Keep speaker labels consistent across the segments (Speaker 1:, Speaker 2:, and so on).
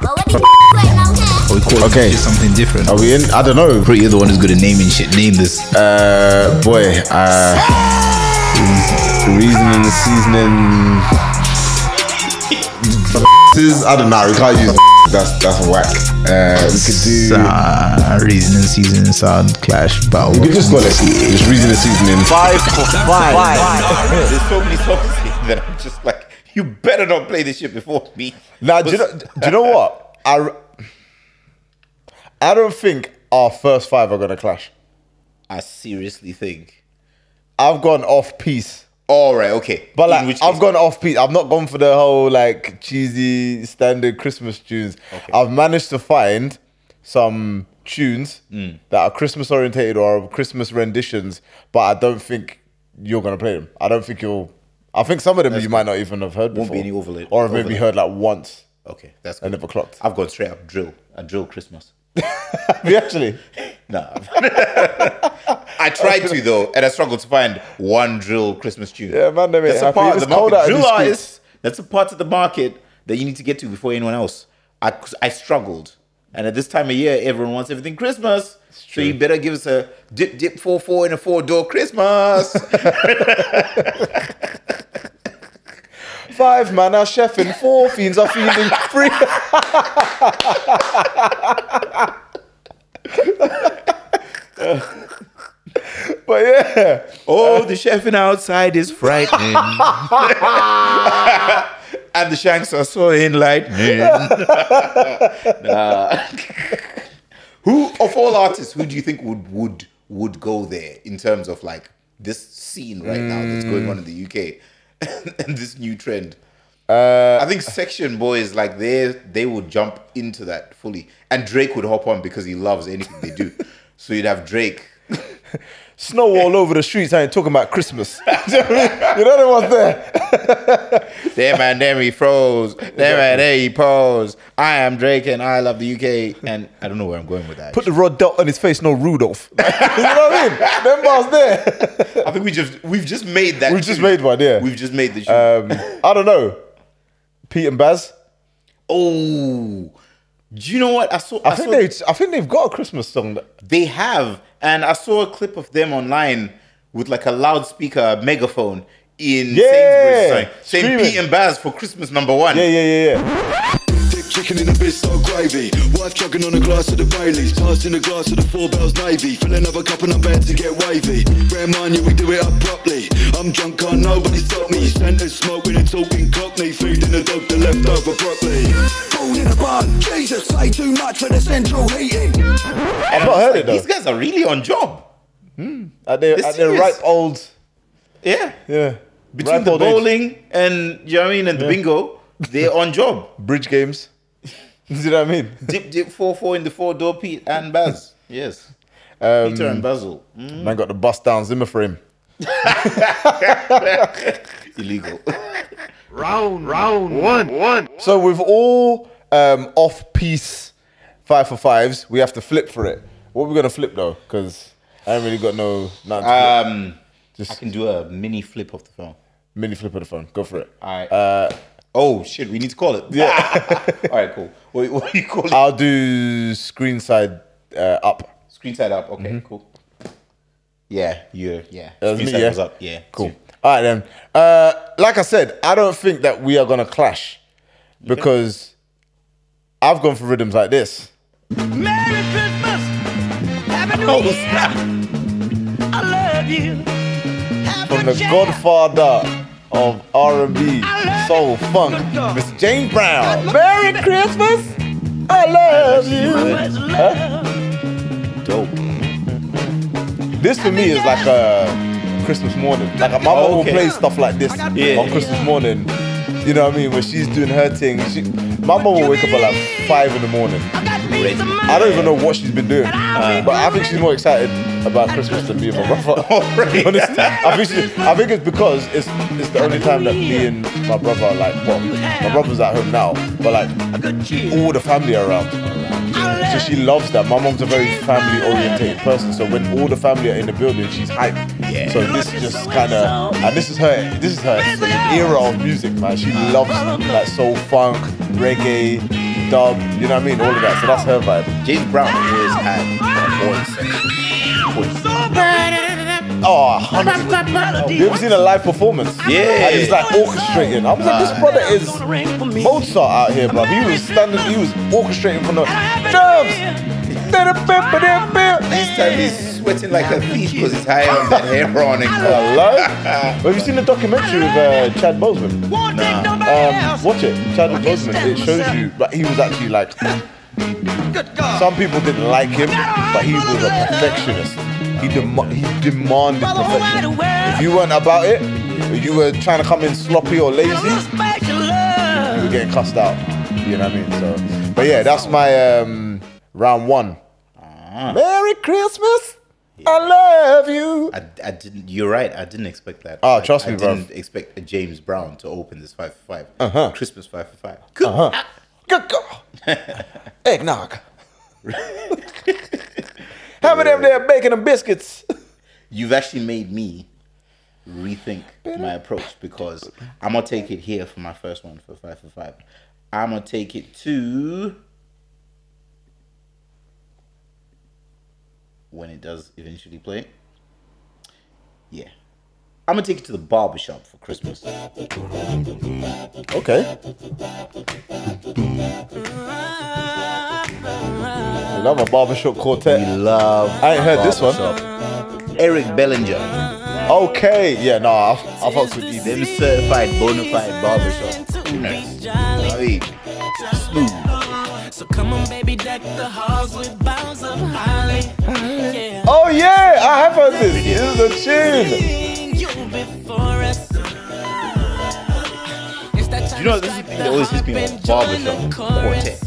Speaker 1: But what the right now, huh?
Speaker 2: Or we call
Speaker 3: Okay.
Speaker 2: it something different.
Speaker 3: Are we in? I don't know.
Speaker 2: Bro, you're the one who's good at naming shit. Name this.
Speaker 3: Uh, boy. Uh, reasoning, seasoning. Is, I don't know. We can't use. That's that's whack. Uh, we could do.
Speaker 2: Uh, reason and season, sound clash, battle.
Speaker 3: We could just call it. Just reasoning, seasoning.
Speaker 4: Five for five.
Speaker 5: There's so many songs here that I'm just like, you better not play this shit before me.
Speaker 6: Now, do you know, do you know what? I, r- I don't think our first five are going to clash.
Speaker 5: I seriously think.
Speaker 6: I've gone off piece.
Speaker 5: All right, okay.
Speaker 6: But
Speaker 5: In
Speaker 6: like,
Speaker 5: which
Speaker 6: I've
Speaker 5: case-
Speaker 6: gone off piece. I've not gone for the whole like cheesy standard Christmas tunes. I've managed to find some tunes
Speaker 5: Mm.
Speaker 6: that are Christmas orientated or are Christmas renditions, but I don't think you're gonna play them. I don't think you'll. I think some of them you might not even have heard
Speaker 5: Won't
Speaker 6: before,
Speaker 5: be any overlay-
Speaker 6: or have maybe
Speaker 5: overlap.
Speaker 6: heard like once
Speaker 5: Okay, that's
Speaker 6: and
Speaker 5: good.
Speaker 6: never clocked.
Speaker 5: I've gone straight up drill. I drill Christmas.
Speaker 6: Have you actually?
Speaker 5: No. I tried to though, and I struggled to find one drill Christmas tune.
Speaker 6: Yeah, man, they made
Speaker 5: That's
Speaker 6: it
Speaker 5: a
Speaker 6: happy.
Speaker 5: part
Speaker 6: It
Speaker 5: of the
Speaker 6: was cold out in
Speaker 5: market. Drill
Speaker 6: the streets.
Speaker 5: artists. That's a part of the market that you need to get to before anyone else. I I struggled, and at this time of year, everyone wants everything Christmas. So you better give us a dip dip four four in a four door Christmas.
Speaker 6: Five man are chefing, four fiends are feeling free. but yeah,
Speaker 5: oh, the chefing outside is frightening, and the shanks are so enlightening. Nah. who of all artists, who do you think would would would go there in terms of like this scene right now that's going on in the UK and this new trend? I think Section Boys like they they would jump into that fully, and Drake would hop on because he loves anything they do. so you'd have Drake.
Speaker 6: snow all over the streets. I ain't talking about Christmas. you know the ones there.
Speaker 5: There man, there he froze. There man, there he posed. I am Drake and I love the UK. And I don't know where I'm going with that.
Speaker 6: Put the rod dot on his face, no Rudolph. you know what I mean? Them bars there.
Speaker 5: I think we just we've just made Uh, that.
Speaker 6: We've just
Speaker 5: tune.
Speaker 6: made one, yeah.
Speaker 5: We've just made the tune.
Speaker 6: Um, I don't know. Pete and Baz.
Speaker 5: oh, do you know what I saw?
Speaker 6: I,
Speaker 5: saw
Speaker 6: think they. I think they've got a Christmas song. That,
Speaker 5: They have. And I saw a clip of them online with like a loudspeaker, megaphone in
Speaker 6: Yeah.
Speaker 5: Sainsbury's sorry, saying
Speaker 6: Screaming.
Speaker 5: Pete and Baz for Christmas number one.
Speaker 6: yeah, yeah, yeah, yeah.
Speaker 7: Thick chicken in a bit so gravy. Wife chugging on a glass of the Baileys. Passing a glass of the Four Bells Navy. Fill another cup and I'm about to get wavy. Bear in mind, yeah, we do it up properly. I'm drunk, can't nobody stop me. Santa smoking and talking cockney. Feeding the dog the leftover broccoli. Food in a bun. Jesus, say too much for the central heating.
Speaker 6: I've not heard it
Speaker 5: These
Speaker 6: though.
Speaker 5: guys are really on job.
Speaker 6: At their,
Speaker 5: They're
Speaker 6: at their
Speaker 5: serious.
Speaker 6: ripe old.
Speaker 5: Yeah.
Speaker 6: Yeah.
Speaker 5: Between
Speaker 6: ripe
Speaker 5: the
Speaker 6: old age.
Speaker 5: bowling and you know what I mean and the bingo, they're on job.
Speaker 6: bridge games. Do you know what I mean?
Speaker 5: Dip dip four four in the four door Pete and Baz. Yes. Peter and Basil. Mm.
Speaker 6: Man got the bust down Zimmer for him.
Speaker 5: Illegal.
Speaker 6: So with all um, off piece five for fives, we have to flip for it. What are we gonna flip though? Because I ain't really got no nothing to flip.
Speaker 5: Um I
Speaker 6: Just
Speaker 5: can do a mini flip of the phone.
Speaker 6: mini flip of the phone. Go for it.
Speaker 5: Alright. oh shit, we need to call it. Yeah. Alright, cool. What, what do you call it?
Speaker 6: I'll do screen side uh, up.
Speaker 5: Screen side up. Okay, cool. Mm-hmm. Yeah, you yeah.
Speaker 6: was
Speaker 5: Screen
Speaker 6: me,
Speaker 5: side
Speaker 6: yeah?
Speaker 5: was up. Yeah,
Speaker 6: Cool.
Speaker 5: so-
Speaker 6: All right then. Uh, like I said, I don't think that we are gonna clash because I've gone for rhythms like this.
Speaker 8: Merry Christmas. Happy New
Speaker 5: Oh,
Speaker 8: Year.
Speaker 5: snap.
Speaker 8: I love you. Have
Speaker 6: from
Speaker 8: a
Speaker 6: the godfather of R&B, soul, funk,
Speaker 8: Good God.
Speaker 6: Mr. James Brown. Merry Christmas, I love you.
Speaker 8: Much love.
Speaker 6: This for me is like a Christmas morning. Like a mama will
Speaker 5: Okay.
Speaker 6: play stuff like this
Speaker 5: Yeah.
Speaker 6: on Christmas morning. You know what I mean? When she's doing her thing, she, my mama will wake up at like five in the morning.
Speaker 8: I got peace of mind.
Speaker 6: I don't even know what she's been doing, but I think she's more excited about Christmas than me and my brother.
Speaker 5: Alright.
Speaker 6: Honestly, I think she- I think it's because it's it's the only time that me and my brother are like well, my brother's at home now, but like
Speaker 8: Good cheer.
Speaker 6: all the family are around.
Speaker 8: I
Speaker 6: So
Speaker 8: love
Speaker 6: she loves that. My mom's a very family oriented person, so when all the family are in the building, she's hyped. So this is just kind of, and this is her, this is her era of music, man. She loves that soul funk, reggae, dub, you know what I mean? All of that. So that's her vibe.
Speaker 5: James Brown always had a voice. voice.
Speaker 6: Oh, 100
Speaker 9: melody.
Speaker 6: You ever seen a live performance?
Speaker 5: Yeah.
Speaker 6: And he's like orchestrating. I was like, this brother is Mozart out here, bro. He was standing, he was orchestrating from the drums.
Speaker 5: This time he's sweating like a thief because he's high on that hair on and color.
Speaker 6: Hello? Have you seen the documentary with uh, Chad Boseman?
Speaker 9: Won't take nobody
Speaker 6: Um,
Speaker 9: else.
Speaker 6: watch it, Chad Boseman. It shows
Speaker 9: myself.
Speaker 6: you, but he was actually like,
Speaker 9: Good God.
Speaker 6: some people didn't like him, but he was a perfectionist. He, dem- he demanded
Speaker 9: Brother, who I
Speaker 6: perfection.
Speaker 9: the world?
Speaker 6: If you weren't about it, if you were trying to come in sloppy or
Speaker 9: Got a
Speaker 6: lazy,
Speaker 9: little space to love.
Speaker 6: we're getting cussed out. You know what I mean? So, but yeah, that's my um, round one. Merry Christmas. I love you.
Speaker 5: I, I didn't. You're right. I didn't expect that.
Speaker 6: Oh,
Speaker 5: I-
Speaker 6: trust me,
Speaker 5: I
Speaker 6: bruv.
Speaker 5: didn't expect a James Brown to open this five for five.
Speaker 6: Uh-huh.
Speaker 5: Christmas five for five.
Speaker 6: Uh-huh. Good girl. Eggnog. How many of them there bacon and biscuits?
Speaker 5: You've actually made me rethink my approach because I'm gonna take it here for my first one for five for five. I'm gonna take it to when it does eventually play. Yeah. I'm gonna take it to the barber shop for Christmas.
Speaker 6: Okay. I love a barbershop quartet.
Speaker 5: We love.
Speaker 6: I ain't heard this one.
Speaker 5: Barbershop. Eric Bellinger,
Speaker 6: Okay. Yeah, no, I, I fucks with you.
Speaker 5: them certified bona fide barbershop. Nice. I mean, smooth.
Speaker 8: So come on, baby, deck the halls with boughs of holly. Yeah.
Speaker 6: Oh yeah, I have heard this. This is a tune.
Speaker 8: You before us. It's that
Speaker 5: You know, this is the thing that always hits me about barbershop quartet.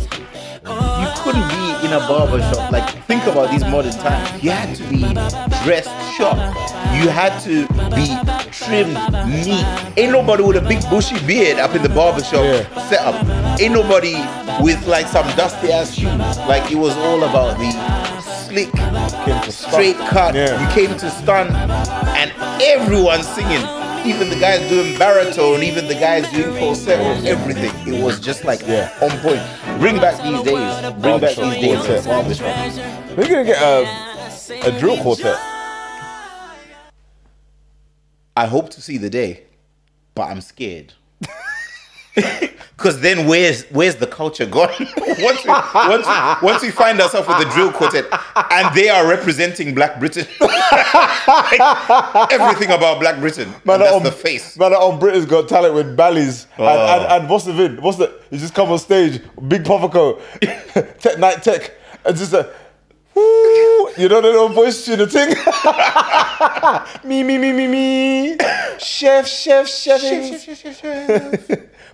Speaker 5: You couldn't be in a barbershop. Like, think about these modern times. You had to be dressed sharp. You had to be trimmed neat. Ain't nobody with a big bushy beard up in the barbershop
Speaker 6: Yeah.
Speaker 5: setup. Ain't nobody with like some dusty ass shoes. Like, it was all about the slick,
Speaker 6: Came to stunt.
Speaker 5: straight cut.
Speaker 6: Yeah.
Speaker 5: You came to stunt, and everyone's singing. Even the guys doing baritone, even the guys doing falsetto, everything. It was just like
Speaker 6: Yeah.
Speaker 5: on point. Bring back these days. Bring back
Speaker 6: Barbershop
Speaker 5: these days.
Speaker 6: quartet.
Speaker 5: Barbershop.
Speaker 6: We're gonna get a, a drill quartet.
Speaker 5: I hope to see the day, but I'm scared. Cause then where's where's the culture gone? once, we, once, we, once we find ourselves with the drill quartet and they are representing Black Britain, Like, everything about Black Britain, and that's
Speaker 6: on-
Speaker 5: the face.
Speaker 6: Man, on Britain's Got Talent with Bally's and,
Speaker 5: Oh.
Speaker 6: and, and what's the vid? What's the? You just come on stage, big pufferco, tech night tech, and just a. Woo, you know that old voice tune, the thing. me me me me me. Chef chef chef chef chef chef chef.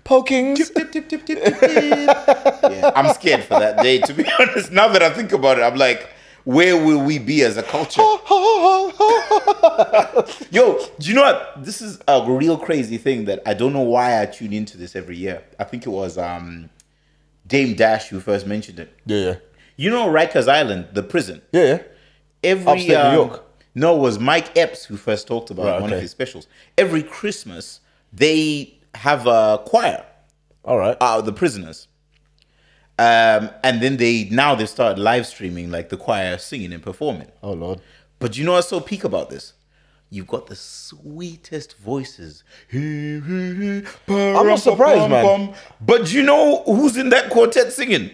Speaker 6: Pokings.
Speaker 5: Yeah, I'm scared for that day. To be honest, now that I think about it, I'm like, where will we be as a culture? Yo, do you know what? This is a real crazy thing that I don't know why I tune into this every year. I think it was um, Dame Dash who first mentioned it.
Speaker 6: yeah yeah
Speaker 5: You know Rikers Island, the prison.
Speaker 6: yeah yeah.
Speaker 5: Every um,
Speaker 6: Upstate New York.
Speaker 5: No, it was Mike Epps who first talked about
Speaker 6: Right,
Speaker 5: one of
Speaker 6: okay.
Speaker 5: his specials. Every Christmas they have a choir
Speaker 6: All right.
Speaker 5: are the prisoners. Um, and then they now they start live streaming like the choir singing and performing.
Speaker 6: oh lord.
Speaker 5: But you know what's so peak about this? You've got the sweetest voices. I'm
Speaker 6: not surprised, man.
Speaker 5: But you know who's in that quartet singing?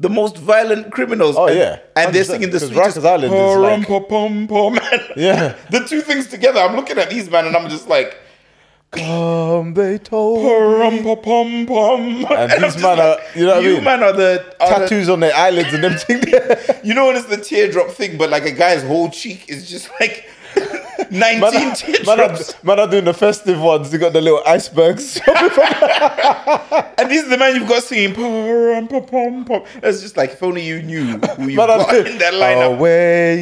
Speaker 5: The most violent criminals.
Speaker 6: Oh,
Speaker 5: and,
Speaker 6: yeah.
Speaker 5: And they're
Speaker 6: 100%,
Speaker 5: singing the
Speaker 6: because
Speaker 5: sweetest.
Speaker 6: Rikers Island is like-
Speaker 5: man.
Speaker 6: Yeah.
Speaker 5: the two things together. I'm looking at these man, and I'm just like,
Speaker 6: Um, they told.
Speaker 5: pom pom pom.
Speaker 6: And these man are- you know what I
Speaker 5: you
Speaker 6: mean?
Speaker 5: man are the are the-
Speaker 6: Tattoos on their eyelids and them thing.
Speaker 5: You know when it's the teardrop thing, but like a guy's whole cheek is just like 19
Speaker 6: Man, are- man, are,
Speaker 5: teardrops.
Speaker 6: man are doing the festive ones. You got the little icebergs.
Speaker 5: and this is the man you've got singing. "Pom, pom, pom, pom." It's just like if only you knew who you
Speaker 6: man
Speaker 5: got in that lineup.
Speaker 6: Away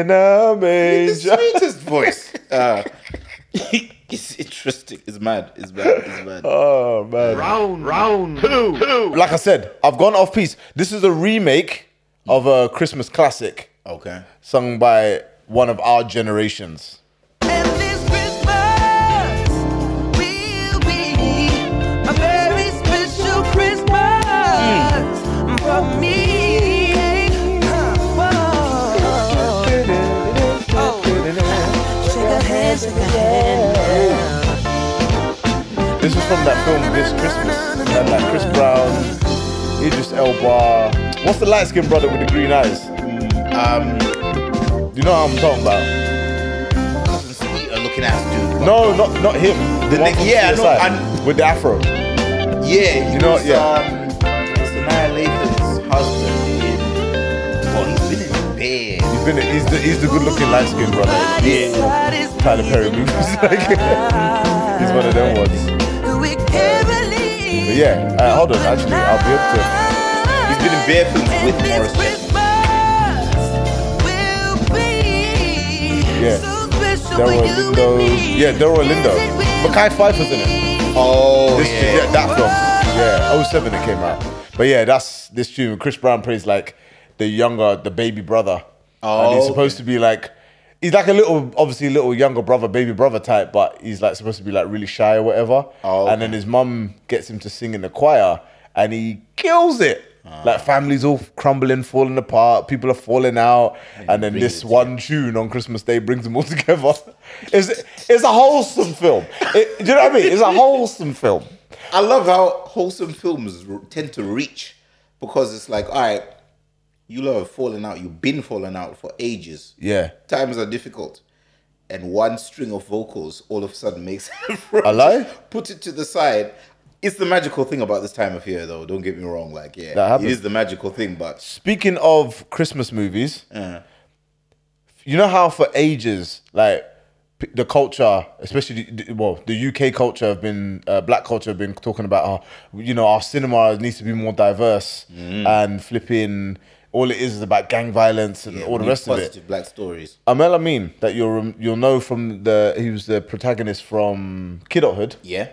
Speaker 6: in a
Speaker 5: the
Speaker 6: manger.
Speaker 5: sweetest voice. Uh, it's interesting. It's mad. It's mad. It's mad.
Speaker 6: Oh man. Round, round two, Like I said, I've gone off piece. This is a remake of a Christmas classic
Speaker 5: okay.
Speaker 6: sung by one of our generations.
Speaker 8: And this Christmas
Speaker 6: Hmm.
Speaker 8: will be a very special Christmas.
Speaker 6: from that film this Christmas. And like Chris Brown, Idris Elba. What's the light skinned brother with the green eyes?
Speaker 7: Um,
Speaker 6: You know what I'm talking about?
Speaker 7: a looking ass dude.
Speaker 6: No, not not him.
Speaker 7: The
Speaker 6: one
Speaker 7: ne-
Speaker 6: from
Speaker 7: yeah, I know,
Speaker 6: CSI,
Speaker 7: and-
Speaker 6: with the afro.
Speaker 7: Yeah,
Speaker 6: You know,
Speaker 7: you know, was,
Speaker 6: yeah.
Speaker 7: um, Sanaa Lathan's husband in. Well, he's been in bed.
Speaker 6: He's been he's the he's the good looking light skinned brother.
Speaker 7: Yeah.
Speaker 6: Tyler Perry movies. Like, he's one of them ones. But yeah, uh, hold on. Actually, I'll be able to.
Speaker 7: He's been in bed films with Morris Chestnut.
Speaker 6: Yeah. Delroy Lindo. Yeah, Delroy Lindo. Mackay Pfeiffer's in it.
Speaker 7: Oh,
Speaker 6: This,
Speaker 7: yeah.
Speaker 6: yeah, that film. Yeah, 07 it came out. But yeah, that's this tune. Chris Brown plays like the younger, the baby brother.
Speaker 7: Oh,
Speaker 6: and he's
Speaker 7: okay.
Speaker 6: supposed to be like, he's like a little, obviously a little younger brother, baby brother type, but he's like supposed to be like really shy or whatever.
Speaker 7: Oh,
Speaker 6: And then his mum gets him to sing in the choir and he kills it. Like families all crumbling, falling apart, people are falling out, and, then
Speaker 7: brings
Speaker 6: this
Speaker 7: it
Speaker 6: one tune on Christmas Day brings them all together. It's it's a wholesome film. It- do you know what I mean? It's a wholesome film.
Speaker 7: I love how wholesome films r- tend to reach because it's like, all right, you love falling out. You've been falling out for ages.
Speaker 6: Yeah.
Speaker 7: Times are difficult. And one string of vocals all of a sudden makes it.
Speaker 6: Hello?
Speaker 7: Put it to the side. It's the magical thing about this time of year, though. Don't get me wrong. Like, yeah,
Speaker 6: That happens.
Speaker 7: it is the magical thing, but
Speaker 6: Speaking of Christmas movies, you know how for ages, like p- the culture, especially the, the- well, the UK culture have been, uh, black culture have been talking about, oh, you know, our cinema needs to be more diverse
Speaker 7: Mm.
Speaker 6: and flipping. All it is is about gang violence and
Speaker 7: yeah,
Speaker 6: all the
Speaker 7: we need
Speaker 6: rest of it.
Speaker 7: positive black stories.
Speaker 6: Amel Amin, that you'll rem- you'll know from the he was the protagonist from Kidhood.
Speaker 7: Yeah.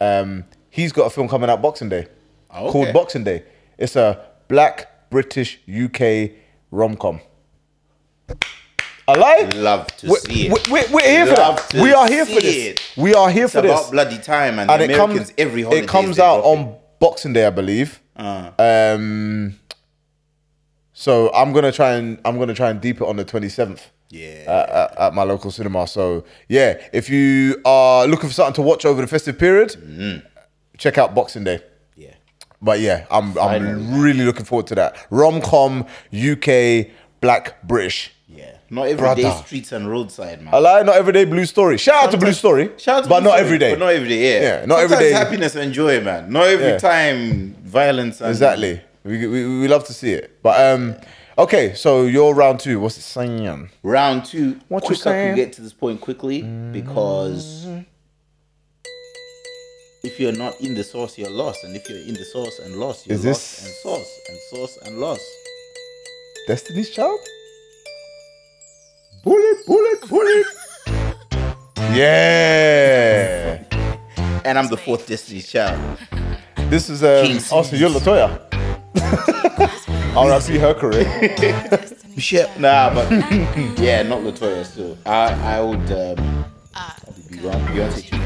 Speaker 6: Um, he's got a film coming out Boxing Day
Speaker 7: Oh,
Speaker 6: called
Speaker 7: okay.
Speaker 6: Boxing Day. It's a black British UK rom com. Alive?
Speaker 7: Love to
Speaker 6: We're,
Speaker 7: see it.
Speaker 6: we're, we're- we're here for
Speaker 7: Love
Speaker 6: that.
Speaker 7: to
Speaker 6: We are here for
Speaker 7: see
Speaker 6: this.
Speaker 7: it.
Speaker 6: We are here
Speaker 7: It's
Speaker 6: for
Speaker 7: about
Speaker 6: this.
Speaker 7: bloody time, and,
Speaker 6: and
Speaker 7: the
Speaker 6: it
Speaker 7: Americans
Speaker 6: comes
Speaker 7: every holiday.
Speaker 6: it comes out on Boxing Day, I believe.
Speaker 7: Uh.
Speaker 6: Um, so I'm gonna try and I'm gonna try and deep it on the 27th
Speaker 7: Yeah.
Speaker 6: at, at- at my local cinema. So yeah, if you are looking for something to watch over the festive period,
Speaker 7: Mm-hmm.
Speaker 6: check out Boxing Day.
Speaker 7: yeah.
Speaker 6: But yeah, I'm I'm really looking forward to that rom com UK black British.
Speaker 7: Yeah. Not everyday
Speaker 6: Brother.
Speaker 7: streets and roadside, man.
Speaker 6: I lie, not everyday blue story. Shout out to Blue Story,
Speaker 7: Shout out to
Speaker 6: but
Speaker 7: Blue
Speaker 6: not
Speaker 7: Story,
Speaker 6: every day.
Speaker 7: But not every day, yeah.
Speaker 6: Yeah, not every day.
Speaker 7: Sometimes happiness and joy, man. Not every
Speaker 6: Yeah.
Speaker 7: time violence and
Speaker 6: Exactly. We, we, we love to see it. But um, okay, so you're round two. What's it saying?
Speaker 7: Round two.
Speaker 6: What you
Speaker 7: quick I
Speaker 6: saying?
Speaker 7: can get to this point quickly because if you're not in the sauce, you're lost. And if you're in the sauce and lost, you're
Speaker 6: Is
Speaker 7: lost
Speaker 6: this-
Speaker 7: and sauce and sauce and lost.
Speaker 6: Destiny's Child? Bullet, bullet, bullet. Yeah.
Speaker 7: And I'm the fourth Destiny's Child.
Speaker 6: This is um,
Speaker 7: King's
Speaker 6: also your Latoya. R.I.P. her career.
Speaker 7: Shit. Nah, but yeah, not Latoya still. I I would um, probably be wrong. Beyonce too.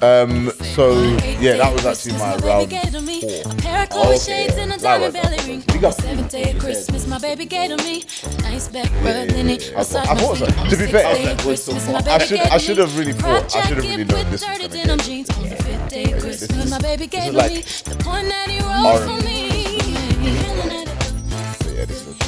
Speaker 6: Um, so yeah, that was actually my round. Oh,
Speaker 5: A pair of Chloe shades and a diamond belly ring. The seventh day of Christmas, my baby gave to me. Nice back bird in it.
Speaker 6: I thought- I thought so. To be fair, I was like, I should- I should have really thought- I should have really known this was
Speaker 5: Dirty
Speaker 6: gonna
Speaker 5: denim jeans on the fifth day of Christmas, my baby gave to
Speaker 6: like
Speaker 5: me. The point that he rolled for me.
Speaker 6: Yeah, this was-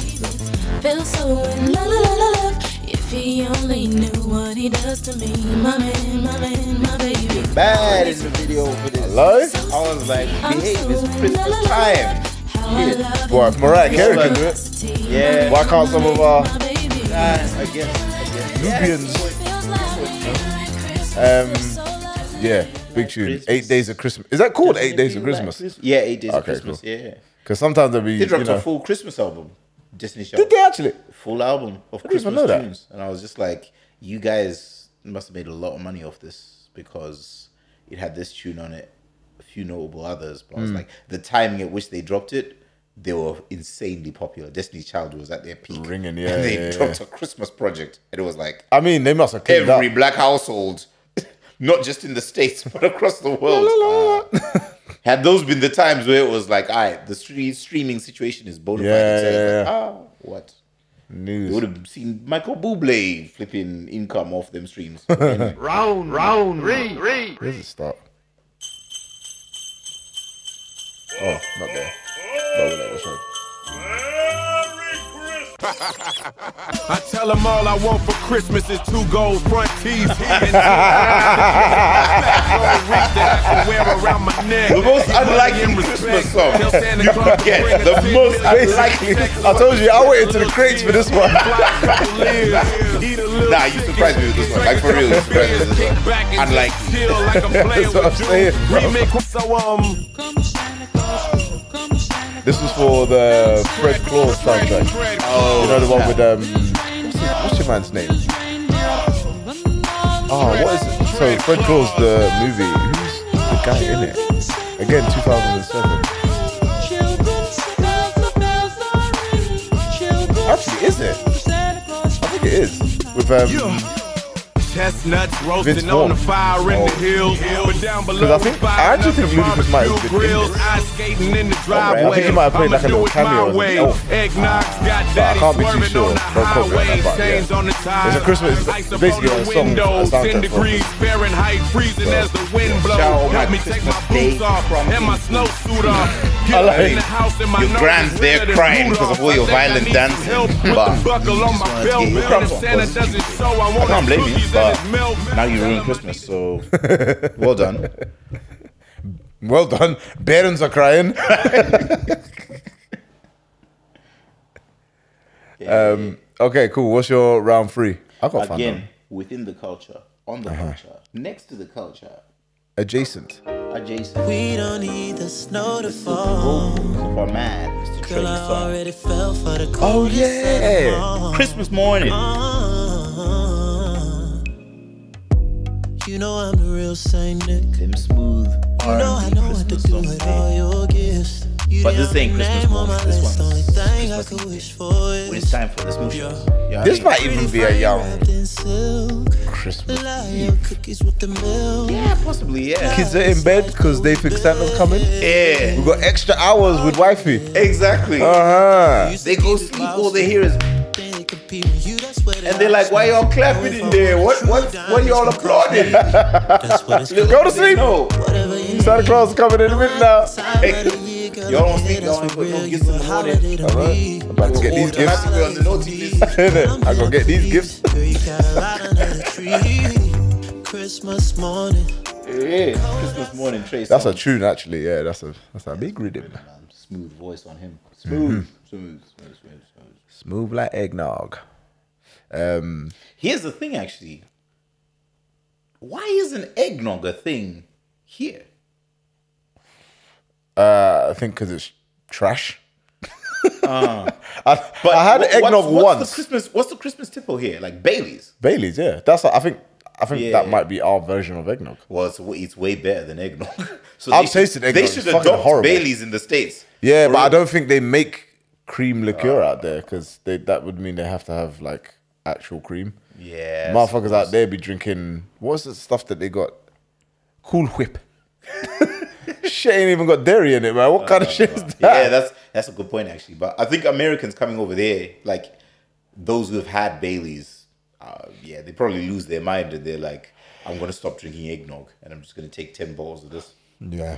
Speaker 5: Feel so in love, love, love, love. If he only knew what he does to me, my man, my man, my baby.
Speaker 7: Bad in the video for this.
Speaker 6: Hello?
Speaker 7: I was like,
Speaker 5: I'm
Speaker 7: behave, it's
Speaker 5: so in
Speaker 7: Christmas
Speaker 5: love,
Speaker 7: time.
Speaker 5: how I
Speaker 7: Shit.
Speaker 5: love
Speaker 6: Boy, if Mariah Carey
Speaker 7: Well,
Speaker 6: can do it.
Speaker 5: you.
Speaker 7: Yeah.
Speaker 6: Why can't some of our
Speaker 5: My baby.
Speaker 7: I guess.
Speaker 6: Nubians?
Speaker 5: Feels
Speaker 6: Um,
Speaker 5: like um,
Speaker 6: Yeah, big tune. Eight days of Christmas. Is that called Eight Days of Christmas?
Speaker 7: Yeah, eight days of
Speaker 6: Okay,
Speaker 7: Christmas.
Speaker 6: cool.
Speaker 7: Yeah,
Speaker 6: Because sometimes they'll be.
Speaker 7: they
Speaker 6: You
Speaker 7: dropped
Speaker 6: know,
Speaker 7: a full Christmas album. Disney show.
Speaker 6: did they actually?
Speaker 7: Full album of
Speaker 6: didn't even
Speaker 7: Christmas
Speaker 6: know that.
Speaker 7: tunes, and I was just like, you guys must have made a lot of money off this because it had this tune on it, a few notable others. But I
Speaker 6: Hmm.
Speaker 7: was like, the timing at which they dropped it. They were insanely popular. Destiny Child was at their peak.
Speaker 6: Ringing, yeah,
Speaker 7: And they
Speaker 6: yeah, yeah.
Speaker 7: dropped a Christmas project, and it was like
Speaker 6: I mean, they must have cleaned
Speaker 7: every
Speaker 6: up.
Speaker 7: black household, not just in the states but across the world. Uh, had those been the times where it was like, all right, the stre- streaming situation is bona fide.
Speaker 6: Yeah,
Speaker 7: so it's
Speaker 6: yeah,
Speaker 7: like, ah, what? You would
Speaker 6: News.
Speaker 7: have seen Michael Bublé flipping income off them streams.
Speaker 6: Where's it start? Oh, not there. But we're like, sure.
Speaker 10: I tell them all I want for Christmas is two gold front teeth and two ring that I can wear around my neck.
Speaker 7: The most
Speaker 10: Money
Speaker 7: unlikely
Speaker 10: and
Speaker 7: Christmas song
Speaker 10: Tell Santa
Speaker 7: you
Speaker 10: Claus
Speaker 7: could
Speaker 10: to
Speaker 7: get.
Speaker 10: bring a
Speaker 7: The
Speaker 10: ten
Speaker 7: most
Speaker 10: million
Speaker 7: unlikely.
Speaker 10: sex
Speaker 6: I told you, I went into the crates for this one.
Speaker 7: Nah, you surprised me with this one. Like, for real, you surprised me with this one. Unlikely.
Speaker 10: That's
Speaker 6: what I'm saying, bro.
Speaker 10: So, um,
Speaker 6: This was for the Fred Claus soundtrack.
Speaker 7: Oh,
Speaker 6: You know the one with um, what's, his, what's your man's name? Oh, what is it? So Fred Claus the movie. Who's the guy in it? Again, 2007. Actually, is it? I think it is. With um,
Speaker 10: Chestnuts roasting
Speaker 6: Vince
Speaker 10: on
Speaker 6: Vaughn. Oh.
Speaker 10: the fire in the hills, but down below
Speaker 6: I think-
Speaker 10: the
Speaker 6: I actually think
Speaker 10: fire,
Speaker 6: Ludacris might have
Speaker 10: barbecue
Speaker 6: been in
Speaker 10: grills,
Speaker 6: this.
Speaker 10: ice skating in the
Speaker 6: right, I
Speaker 10: driveway.
Speaker 6: think he might have played like a
Speaker 10: I'ma
Speaker 6: little
Speaker 10: do it my
Speaker 6: cameo Oh. as an
Speaker 10: way.
Speaker 6: elf.
Speaker 10: Eggnogs got
Speaker 6: But I
Speaker 10: daddy
Speaker 6: can't be too
Speaker 10: swerving
Speaker 6: sure.
Speaker 10: on the
Speaker 6: Don't quote me on that,
Speaker 10: highway,
Speaker 6: but yeah.
Speaker 10: chains on the
Speaker 6: It's a
Speaker 10: tires,
Speaker 6: Christmas- it's
Speaker 10: ice up
Speaker 6: basically
Speaker 10: on
Speaker 6: a
Speaker 10: the
Speaker 6: song, a
Speaker 10: windows,
Speaker 6: soundtrack
Speaker 10: 10
Speaker 6: for
Speaker 10: degrees Fahrenheit, freezing as the wind blows.
Speaker 7: Shout out
Speaker 10: Help
Speaker 7: my
Speaker 10: me take my
Speaker 7: Christmas
Speaker 10: boots
Speaker 7: day
Speaker 10: off
Speaker 7: from
Speaker 10: and my snowsuit off. Get
Speaker 6: like
Speaker 10: in the house and my
Speaker 7: your
Speaker 10: nose is
Speaker 7: grand's there
Speaker 10: redder than
Speaker 7: crying because of all your
Speaker 10: Rudolph. I think I
Speaker 7: violent
Speaker 10: need some
Speaker 7: dancing.
Speaker 10: help with the
Speaker 7: But-
Speaker 10: buckle on my
Speaker 7: Just
Speaker 10: belt.
Speaker 7: get your
Speaker 10: And
Speaker 7: crumb
Speaker 10: if
Speaker 7: off.
Speaker 10: Santa
Speaker 7: That's
Speaker 10: doesn't
Speaker 7: stupid.
Speaker 10: show, I
Speaker 7: I
Speaker 10: want
Speaker 7: can't
Speaker 10: his
Speaker 7: blame you,
Speaker 10: cookies
Speaker 7: but
Speaker 10: and his milk.
Speaker 7: now you ruined Christmas, so well done.
Speaker 6: well done. Parents are crying. um. Okay. Cool. What's your round three? I got fun.
Speaker 7: Again, within the culture, on
Speaker 6: Uh-huh.
Speaker 7: the culture, next to the culture,
Speaker 6: Adjacent.
Speaker 7: adjacent.
Speaker 8: We don't need the snow to fall.
Speaker 7: If I'm mad, Mr. Trey
Speaker 8: Girl, I
Speaker 7: song.
Speaker 8: already fell for the
Speaker 6: Oh
Speaker 8: coldest of them
Speaker 6: yeah.
Speaker 8: all.
Speaker 7: Christmas morning.
Speaker 8: Uh-huh. You know I'm the real Saint Nick.
Speaker 7: Them smooth
Speaker 8: You know I
Speaker 7: R&B
Speaker 8: know what to
Speaker 7: Christmas
Speaker 8: do
Speaker 7: songs.
Speaker 8: with all your gifts. You
Speaker 7: But
Speaker 8: the
Speaker 7: this ain't
Speaker 8: only
Speaker 7: Christmas
Speaker 8: name on
Speaker 7: morning,
Speaker 8: my
Speaker 7: this
Speaker 8: list,
Speaker 7: one's
Speaker 8: only thing I
Speaker 7: Christmas
Speaker 8: could
Speaker 7: Eve.
Speaker 8: wish for
Speaker 7: When
Speaker 8: is
Speaker 7: it's time for the smooth shows. Yeah,
Speaker 6: This
Speaker 7: I
Speaker 6: might
Speaker 8: pretty
Speaker 6: even be a
Speaker 8: fire
Speaker 6: young
Speaker 8: wrapped in silk.
Speaker 6: Christmas.
Speaker 8: Lion cookies with the milk.
Speaker 7: mean, yeah, possibly, yeah.
Speaker 6: Kids are in bed because they think Santa's coming.
Speaker 7: Yeah,
Speaker 6: We got extra hours with wifey.
Speaker 7: exactly.
Speaker 6: Uh huh.
Speaker 7: they go sleep, all they hear is,
Speaker 8: They compete with you, that's where
Speaker 7: and they're like, why y'all clapping in there? What, what, what y'all applauding?
Speaker 8: That's what it's
Speaker 6: Go to sleep.
Speaker 7: No.
Speaker 8: Whatever you need.
Speaker 6: Santa Claus is coming in a minute now.
Speaker 8: Hey,
Speaker 7: y'all don't speak, y'all ain't got no gifts in the morning.
Speaker 6: I'm about to get these
Speaker 7: Automatically
Speaker 6: gifts.
Speaker 7: on the naughty list.
Speaker 6: Innit? I go get these gifts.
Speaker 8: Girl, you got a lot under the tree. Christmas morning.
Speaker 7: Yeah, Christmas morning, Trey
Speaker 6: That's a
Speaker 7: song.
Speaker 6: tune, actually. Yeah, that's a that's a big rhythm.
Speaker 7: Um, smooth voice on him. Smooth,
Speaker 6: Mm-hmm.
Speaker 7: smooth, smooth, smooth, smooth.
Speaker 6: Smooth like eggnog. Um,
Speaker 7: Here's the thing, actually. Why isn't eggnog a thing here?
Speaker 6: uh, I think because it's trash. I,
Speaker 7: Uh, But
Speaker 6: I had
Speaker 7: what-
Speaker 6: eggnog
Speaker 7: what's, what's
Speaker 6: once.
Speaker 7: The Christmas, what's the Christmas tipple here? Like Bailey's.
Speaker 6: Bailey's, yeah. That's I think I think
Speaker 7: Yeah.
Speaker 6: that might be our version of eggnog.
Speaker 7: Well, it's, w- it's way better than eggnog. So
Speaker 6: I've
Speaker 7: they should-
Speaker 6: tasted eggnog.
Speaker 7: They
Speaker 6: It's
Speaker 7: should
Speaker 6: fucking
Speaker 7: adopt
Speaker 6: horrible.
Speaker 7: Bailey's in the states.
Speaker 6: Yeah,
Speaker 7: For
Speaker 6: but I
Speaker 7: real.
Speaker 6: don't think they make cream liqueur
Speaker 7: Uh.
Speaker 6: out there because they that would mean they have to have like actual cream.
Speaker 7: Yeah,
Speaker 6: Motherfuckers out there be drinking what's the stuff that they got? Cool Whip. shit ain't even got dairy in it, man. What kind of shit is that?
Speaker 7: Uh, Yeah, that's that's a good point actually. But I think Americans coming over there, like those who have had Bailey's, uh, yeah, they probably lose their mind and they're like, I'm gonna stop drinking eggnog and I'm just gonna take ten bottles of this.
Speaker 6: Yeah,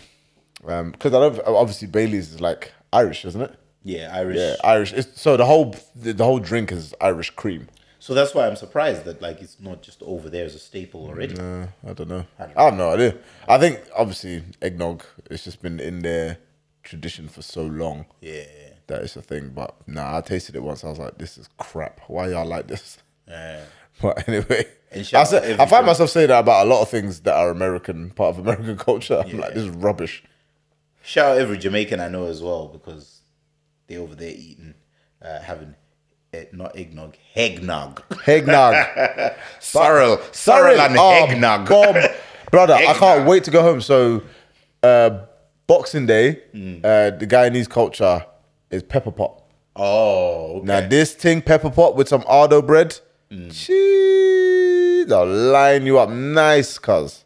Speaker 6: because Um, I don't. Obviously, Bailey's is like Irish, isn't it?
Speaker 7: Yeah, Irish.
Speaker 6: Yeah, Irish. It's, so the whole the, the whole drink is Irish cream.
Speaker 7: So that's why I'm surprised that like it's not just over there as a staple already.
Speaker 6: Uh, I don't know. I have no idea. I think obviously eggnog. It's just been in their tradition for so long
Speaker 7: Yeah.
Speaker 6: that it's a thing. But nah, I tasted it once. I was like, this is crap. Why y'all like this?
Speaker 7: Yeah.
Speaker 6: But anyway,
Speaker 7: And shout
Speaker 6: I,
Speaker 7: out
Speaker 6: said, I
Speaker 7: everyone.
Speaker 6: find myself saying that about a lot of things that are American, part of American culture. I'm like, this is rubbish.
Speaker 7: Shout out every Jamaican I know as well because they over there eating, uh, having eh, not eggnog, hegnog.
Speaker 6: Eggnog.
Speaker 7: Sorrel, sorrel and
Speaker 6: oh,
Speaker 7: eggnog.
Speaker 6: Bob, brother, I
Speaker 7: Eggnog.
Speaker 6: can't wait to go home. So, uh, Boxing Day, uh, the Guyanese culture is pepper pot.
Speaker 7: Oh, okay.
Speaker 6: Now, this thing, pepper pot with some Ardo bread, cheese, I'll line you up nice, cuz.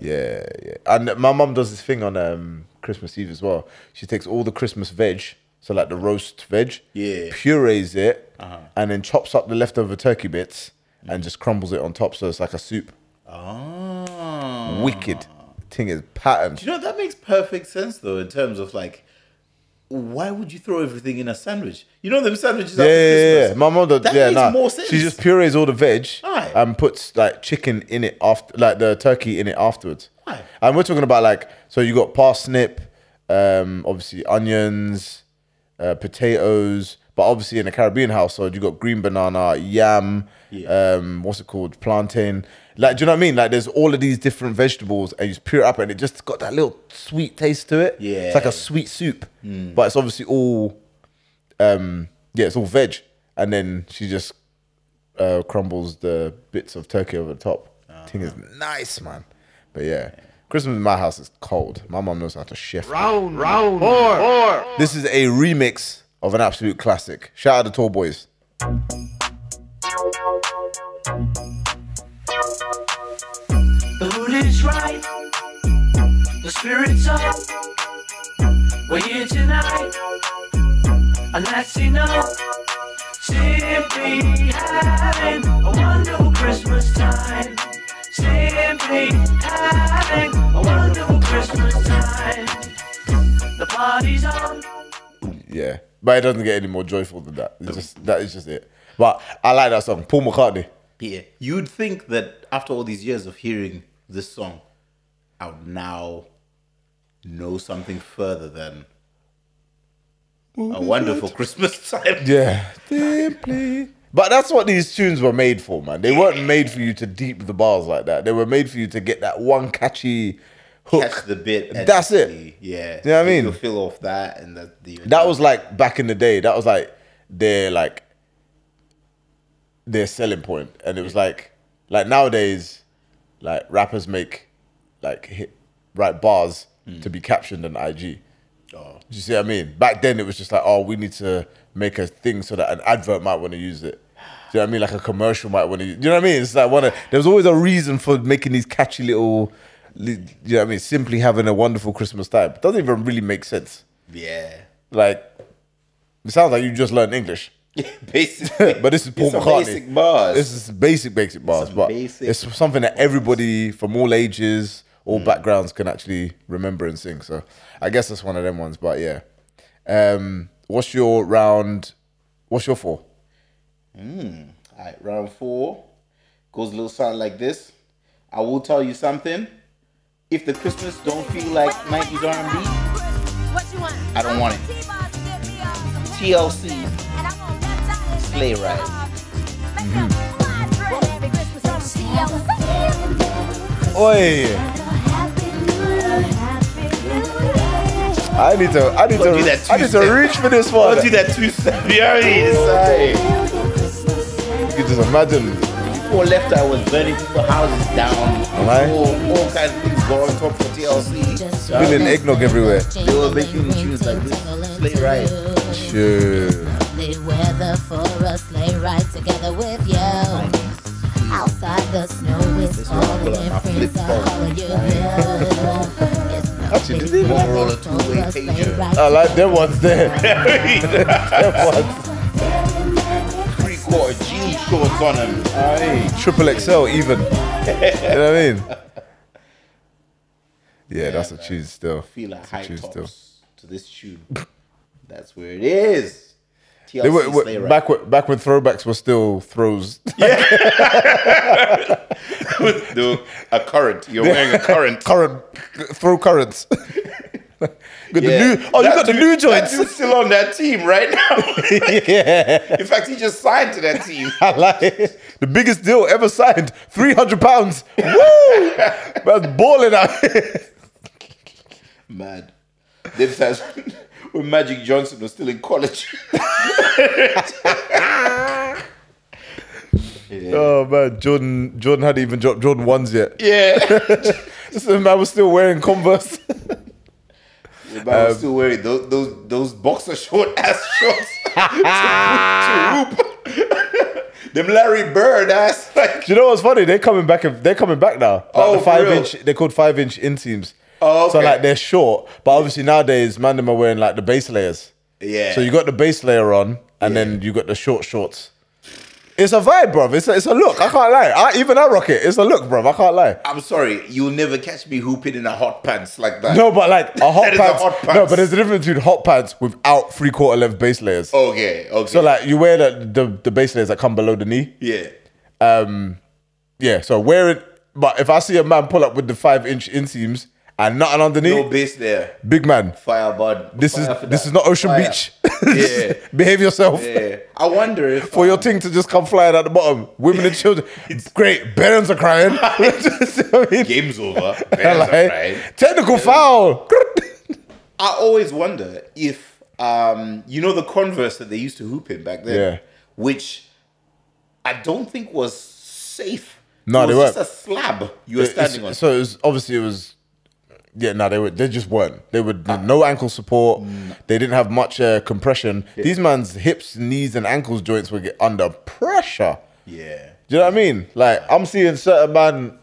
Speaker 6: Yeah. yeah, And my mum does this thing on um, Christmas Eve as well. She takes all the Christmas veg, so like the roast veg,
Speaker 7: Yeah.
Speaker 6: purees it, and then chops up the leftover turkey bits and just crumbles it on top, so it's like a soup.
Speaker 7: Oh. Ah.
Speaker 6: Wicked. Thing is patterned.
Speaker 7: You know, that makes perfect sense though, in terms of like why would you throw everything in a sandwich? You know them sandwiches
Speaker 6: Yeah,
Speaker 7: after
Speaker 6: yeah, yeah, yeah.
Speaker 7: Christmas?
Speaker 6: My mom does.
Speaker 7: That
Speaker 6: yeah,
Speaker 7: makes
Speaker 6: nah.
Speaker 7: more sense.
Speaker 6: She just purees all the veg
Speaker 7: Aye.
Speaker 6: and puts like chicken in it after, like the turkey in it afterwards.
Speaker 7: Aye.
Speaker 6: And we're talking about like, so you got parsnip, um, obviously onions, uh, potatoes, but obviously in a Caribbean household you got green banana, yam, um, what's it called, plantain. Like, do you know what I mean? Like, there's all of these different vegetables, and you just pure it up, and it just got that little sweet taste to it.
Speaker 7: Yeah.
Speaker 6: it's like a sweet soup, but it's obviously all um, yeah, it's all veg, and then she just uh, crumbles the bits of turkey over the top. Thing is nice, man. But yeah, Christmas in my house is cold. My mom knows how to shift.
Speaker 8: Round, round, four, four.
Speaker 6: This is a remix of an absolute classic. Shout out to Tall Boys.
Speaker 8: The mood is right. The spirit's up. We're here tonight. And that's enough. Simply having a wonderful Christmas time. Simply having a wonderful Christmas time. The party's on.
Speaker 6: Yeah, but it doesn't get any more joyful than that. It's just that is just it. But I like that song, Paul McCartney.
Speaker 7: Yeah, you'd think that after all these years of hearing this song, I would now know something further than a wonderful Christmas time.
Speaker 6: Yeah, simply. But that's what these tunes were made for, man. They weren't made for you to deep the bars like that. They were made for you to get that one catchy hook.
Speaker 7: Catch the bit. and
Speaker 6: That's it.
Speaker 7: see, Yeah.
Speaker 6: You know what I mean?
Speaker 7: You feel off that and that. The,
Speaker 6: that was like back in the day. That was like their like their selling point, and it was like like nowadays, like rappers make like hit write bars to be captioned on IG.
Speaker 7: Oh.
Speaker 6: Do you see what I mean? Back then, it was just like, oh, we need to make a thing so that an advert might want to use it. Do you know what I mean? Like a commercial might want to. use You know what I mean? It's like one. Of, there was always a reason for making these catchy little. li- You know what I mean? Simply having a wonderful Christmas time doesn't even really make sense.
Speaker 7: Yeah.
Speaker 6: Like, it sounds like you just learned English,
Speaker 7: Basically.
Speaker 6: but this is Paul
Speaker 7: it's a
Speaker 6: McCartney.
Speaker 7: Basic bars.
Speaker 6: This is basic, basic bars,
Speaker 7: Some
Speaker 6: but
Speaker 7: basic Mm.
Speaker 6: it's something that everybody from all ages, all backgrounds can actually remember and sing. So I guess that's one of them ones. But yeah, um, what's your round? What's your four?
Speaker 7: All right, round four goes a little something like this. I will tell you something. If the Christmas don't feel like 90s R&B,
Speaker 11: I
Speaker 7: I don't want it.
Speaker 11: TLC.
Speaker 7: Sleigh
Speaker 11: Sleigh
Speaker 7: ride.
Speaker 11: ride.
Speaker 6: Oi! I need to. I need
Speaker 7: Don't
Speaker 6: to.
Speaker 7: do that
Speaker 6: I need to
Speaker 7: two-step.
Speaker 6: reach for this one.
Speaker 7: Don't do that too serious. aye.
Speaker 6: You can just imagine.
Speaker 7: Before left, I was burning people's houses down.
Speaker 6: Alright.
Speaker 7: All, all kinds of things going on top for TLC.
Speaker 6: Spilling eggnog everywhere.
Speaker 7: They were making tunes like this. Sleigh ride.
Speaker 6: Sure.
Speaker 11: The weather for a sleigh ride together with you. Outside the snow is falling
Speaker 7: pull out my
Speaker 11: and friends
Speaker 7: flip
Speaker 11: are
Speaker 7: phone.
Speaker 11: calling you. It's
Speaker 6: Actually,
Speaker 11: no
Speaker 6: did
Speaker 11: big
Speaker 6: they
Speaker 7: not roll a
Speaker 11: weather for
Speaker 7: two-way
Speaker 11: a sleigh
Speaker 7: pager?
Speaker 11: ride
Speaker 6: I like them ones there. them ones.
Speaker 7: Three quarter jean shorts on them. Aye.
Speaker 6: Triple XL even. you know what I mean? Yeah, that's a choose still.
Speaker 7: Feel like
Speaker 6: That's a
Speaker 7: high
Speaker 6: choose
Speaker 7: tops
Speaker 6: still.
Speaker 7: to this tune. That's where it is. TLC
Speaker 6: They were, were-
Speaker 7: Sleigh Ride.
Speaker 6: back, when, back when throwbacks were still throws.
Speaker 7: No, a current. You're wearing a current.
Speaker 6: Current, throw currents. got the
Speaker 7: Yeah.
Speaker 6: new, oh, you
Speaker 7: That
Speaker 6: got the
Speaker 7: dude-
Speaker 6: new
Speaker 7: That
Speaker 6: joints.
Speaker 7: dude's still on that team right now.
Speaker 6: yeah.
Speaker 7: In fact, he just signed to that team.
Speaker 6: I like it. The biggest deal ever signed, 300 pounds. Woo! That's balling out.
Speaker 7: Mad. Them times when Magic Johnson was still in college.
Speaker 6: oh man, Jordan Jordan hadn't even dropped Jordan ones yet.
Speaker 7: yeah.
Speaker 6: This man was still wearing Converse.
Speaker 7: But I
Speaker 6: Um,
Speaker 7: was still wearing those those, those boxer short ass shorts to, hoop- to hoop. Them Larry Bird ass. Like,
Speaker 6: Do you know what's funny? They're coming back. They're coming back now. Like
Speaker 7: Oh,
Speaker 6: the
Speaker 7: for
Speaker 6: five
Speaker 7: real?
Speaker 6: inch. They're called five inch inseams.
Speaker 7: Oh,
Speaker 6: So
Speaker 7: okay.
Speaker 6: like they're short, but obviously nowadays, man, them are wearing like the base layers.
Speaker 7: yeah.
Speaker 6: So you got the base layer on, and then you got the short shorts. It's a vibe, bruv. It's a, it's a look. I can't lie. I, even I rock it. It's a look, bruv. I can't lie.
Speaker 7: I'm sorry, you'll never catch me hooping in a hot pants like that.
Speaker 6: No, but like a hot,
Speaker 7: That is a
Speaker 6: pants,
Speaker 7: hot
Speaker 6: No,
Speaker 7: pants.
Speaker 6: but there's a difference between hot pants without three quarter length base layers.
Speaker 7: Oh. Okay, okay.
Speaker 6: So like you wear the, the the base layers that come below the knee.
Speaker 7: yeah.
Speaker 6: Um, yeah. So wear it. But if I see a man pull up with the five inch inseams and nothing underneath,
Speaker 7: No base there.
Speaker 6: big man,
Speaker 7: Fire bud.
Speaker 6: this
Speaker 7: Fire for
Speaker 6: is this
Speaker 7: that.
Speaker 6: is not Ocean
Speaker 7: Fire.
Speaker 6: Beach.
Speaker 7: Yeah.
Speaker 6: Behave yourself.
Speaker 7: Yeah. I wonder if um,
Speaker 6: For your thing to just come flying at the bottom, women and children. Great, parents are crying.
Speaker 7: game's over.
Speaker 6: Yeah,
Speaker 7: Bears are
Speaker 6: like,
Speaker 7: crying.
Speaker 6: Technical foul.
Speaker 7: I always wonder if um, you know the Converse that they used to hoop in back then,
Speaker 6: Yeah.
Speaker 7: which I don't think was safe.
Speaker 6: No,
Speaker 7: it
Speaker 6: they
Speaker 7: was
Speaker 6: weren't.
Speaker 7: Just a slab you were standing on.
Speaker 6: so it was obviously it was. Yeah, no, they were. They just weren't. They were no ankle support. They didn't have much uh, compression. These man's hips, knees, and ankles joints were get under pressure.
Speaker 7: yeah,
Speaker 6: Do you know what I mean? Like I'm seeing certain man,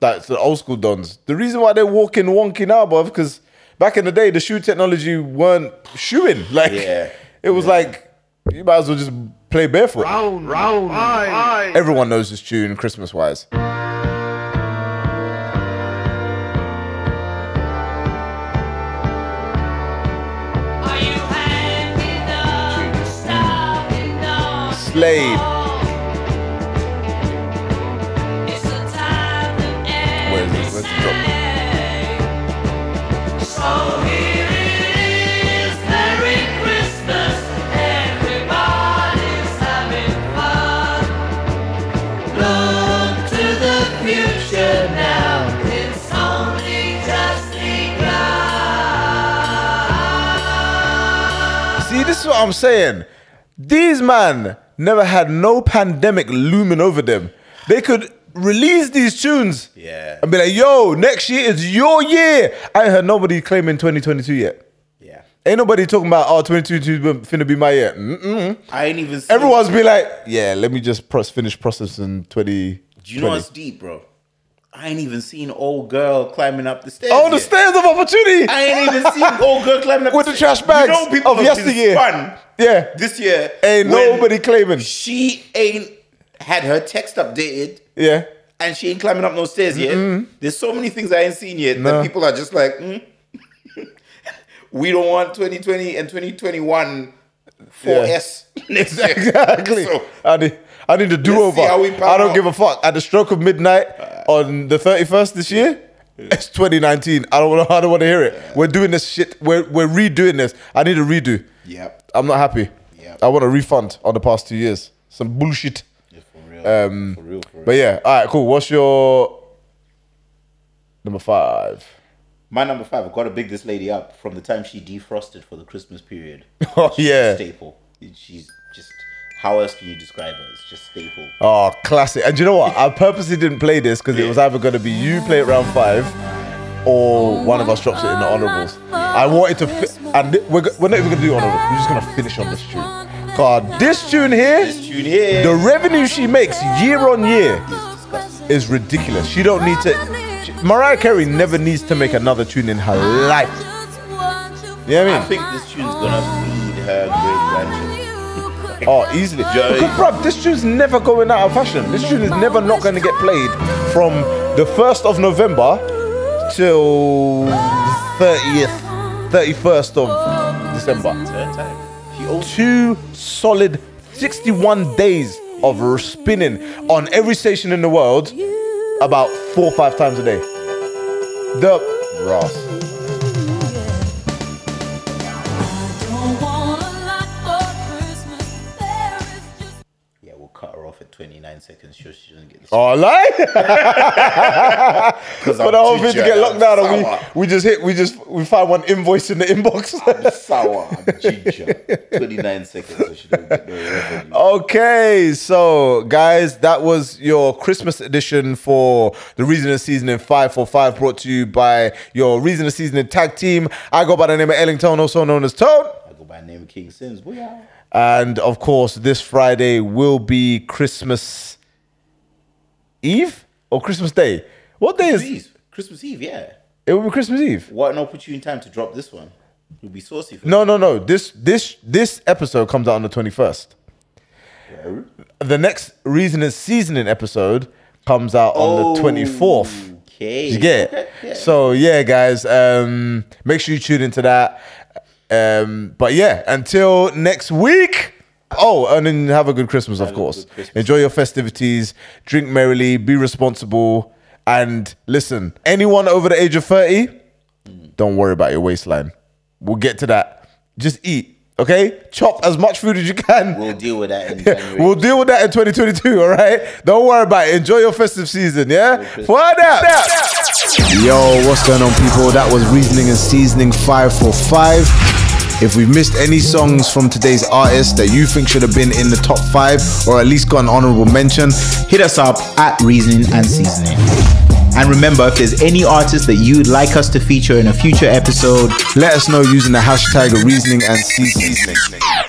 Speaker 6: like the old school dons. The reason why they're walking wonky now, bruv, because back in the day the shoe technology weren't shoeing. Like
Speaker 7: Yeah.
Speaker 6: it was like you might as well just play barefoot. Round, round, Everyone knows this tune, Christmas wise. Slade. Where's this? Where's the drop? See, this is what I'm saying. These man never had no pandemic looming over them. They could release these tunes.
Speaker 7: Yeah.
Speaker 6: And be like, yo, next year is your year. I ain't heard nobody claiming 2022 yet.
Speaker 7: yeah.
Speaker 6: Ain't nobody talking about, oh, 2022 finna be my year. Mm-mm.
Speaker 7: I ain't even. Seen,
Speaker 6: Everyone's be like, yeah, let me just pros- finish processing 20.
Speaker 7: Do you know what's deep, bro? I ain't even seen old girl climbing up the stairs.
Speaker 6: Oh, the
Speaker 7: yet.
Speaker 6: stairs of opportunity.
Speaker 7: I ain't even seen old girl climbing up
Speaker 6: With the trash bags
Speaker 7: You know people
Speaker 6: of
Speaker 7: have been
Speaker 6: yesteryear.
Speaker 7: spun
Speaker 6: yeah.
Speaker 7: This year,
Speaker 6: Ain't
Speaker 7: when
Speaker 6: nobody claiming.
Speaker 7: She ain't had her text updated.
Speaker 6: Yeah.
Speaker 7: and she ain't climbing up no stairs yet.
Speaker 6: Mm-hmm.
Speaker 7: There's so many things I ain't seen yet
Speaker 6: No.
Speaker 7: that people are just like, mm. we don't want 2020 and 2021 for
Speaker 6: Yeah.
Speaker 7: us next year.
Speaker 6: Exactly.
Speaker 7: So,
Speaker 6: I need I need a do over.
Speaker 7: see how we pan
Speaker 6: I don't
Speaker 7: out.
Speaker 6: give a fuck. At the stroke of midnight on the 31st this year, it's 2019. I don't want to I don't want to hear it. We're doing this shit. We're we're redoing this. I need a redo.
Speaker 7: yep.
Speaker 6: I'm not happy.
Speaker 7: Yeah.
Speaker 6: I want a refund on the past 2 years. Some bullshit.
Speaker 7: For real. Um, for real. For real.
Speaker 6: But yeah, all right, cool. What's your number 5?
Speaker 7: My number five, I've got to big this lady up from the time she defrosted for the Christmas period.
Speaker 6: Oh
Speaker 7: She's a
Speaker 6: yeah.
Speaker 7: staple. She's just, how else can you describe her? It's just staple.
Speaker 6: Oh, classic. And you know what? I purposely didn't play this because it was either going to be you play it round five or one of us drops it in the honorables. I wanted to, fi- and thi- we're, go- we're not even going to do honorables. We're just going to finish on this tune. God, this tune here,
Speaker 7: Tune here.
Speaker 6: the revenue she makes year on year is ridiculous. She don't need to. She, Mariah Carey never needs to make another tune in her life. You know what I
Speaker 7: I
Speaker 6: mean?
Speaker 7: think this tune's going to feed her great grandchildren.
Speaker 6: Oh, easily.
Speaker 7: Yeah.
Speaker 6: Because, bruv, this tune's never going out of fashion. This tune is never not going to get played from the 1st of November till 30th, 31st of December.
Speaker 7: Her time. She owns
Speaker 6: Two solid 61 days of r- spinning on every station in the world about four or five times a day. The Ross.
Speaker 7: Yeah, we'll cut her off at 29 seconds. Sure, she doesn't get this.
Speaker 6: Oh, lie!
Speaker 7: Because
Speaker 6: for the whole thing to get locked down, and we, we just hit, we just we find one invoice in the inbox.
Speaker 7: sour. I'm ginger. 29 seconds, so she don't get no revenue.
Speaker 6: Oh. okay, so guys, that was your Christmas edition for the Reason of Season in 545, brought to you by your Reason of Season in tag team. I go by the name of Ellington, also known as Tone.
Speaker 7: I go by the name of King Sims. Booyah.
Speaker 6: And of course, this Friday will be Christmas Eve or Christmas Day. What day is
Speaker 7: Jeez, Christmas Eve, yeah.
Speaker 6: it? Will be Christmas Eve.
Speaker 7: What an opportune time to drop this one. You'll be saucy for
Speaker 6: No, no, no. This this this episode comes out on the twenty first.
Speaker 7: No.
Speaker 6: The next Reason and Seasoning episode comes out on the 24th.
Speaker 7: Okay.
Speaker 6: Did you get
Speaker 7: Okay,
Speaker 6: it?
Speaker 7: yeah.
Speaker 6: So, yeah, guys, um, make sure you tune into that. Um, but yeah, until next week. Oh, and then have a good Christmas, of course. Enjoy your festivities, drink merrily, be responsible, and listen, anyone over the age of 30, don't worry about your waistline. We'll get to that. Just eat, okay? Chop as much food as you can.
Speaker 7: We'll deal with that in January.
Speaker 6: We'll deal with that in 2022, all right? Don't worry about it. Enjoy your festive season, yeah? Find out.
Speaker 2: Yo, what's going on, people? That was Reasoning and Seasoning 545. If we've missed any songs from today's artists that you think should have been in the top five or at least got an honorable mention, hit us up at Reasoning and Seasoning.
Speaker 12: And remember, if there's any artist that you'd like us to feature in a future episode,
Speaker 2: Let us know using the hashtag Reasoning and Seasoning.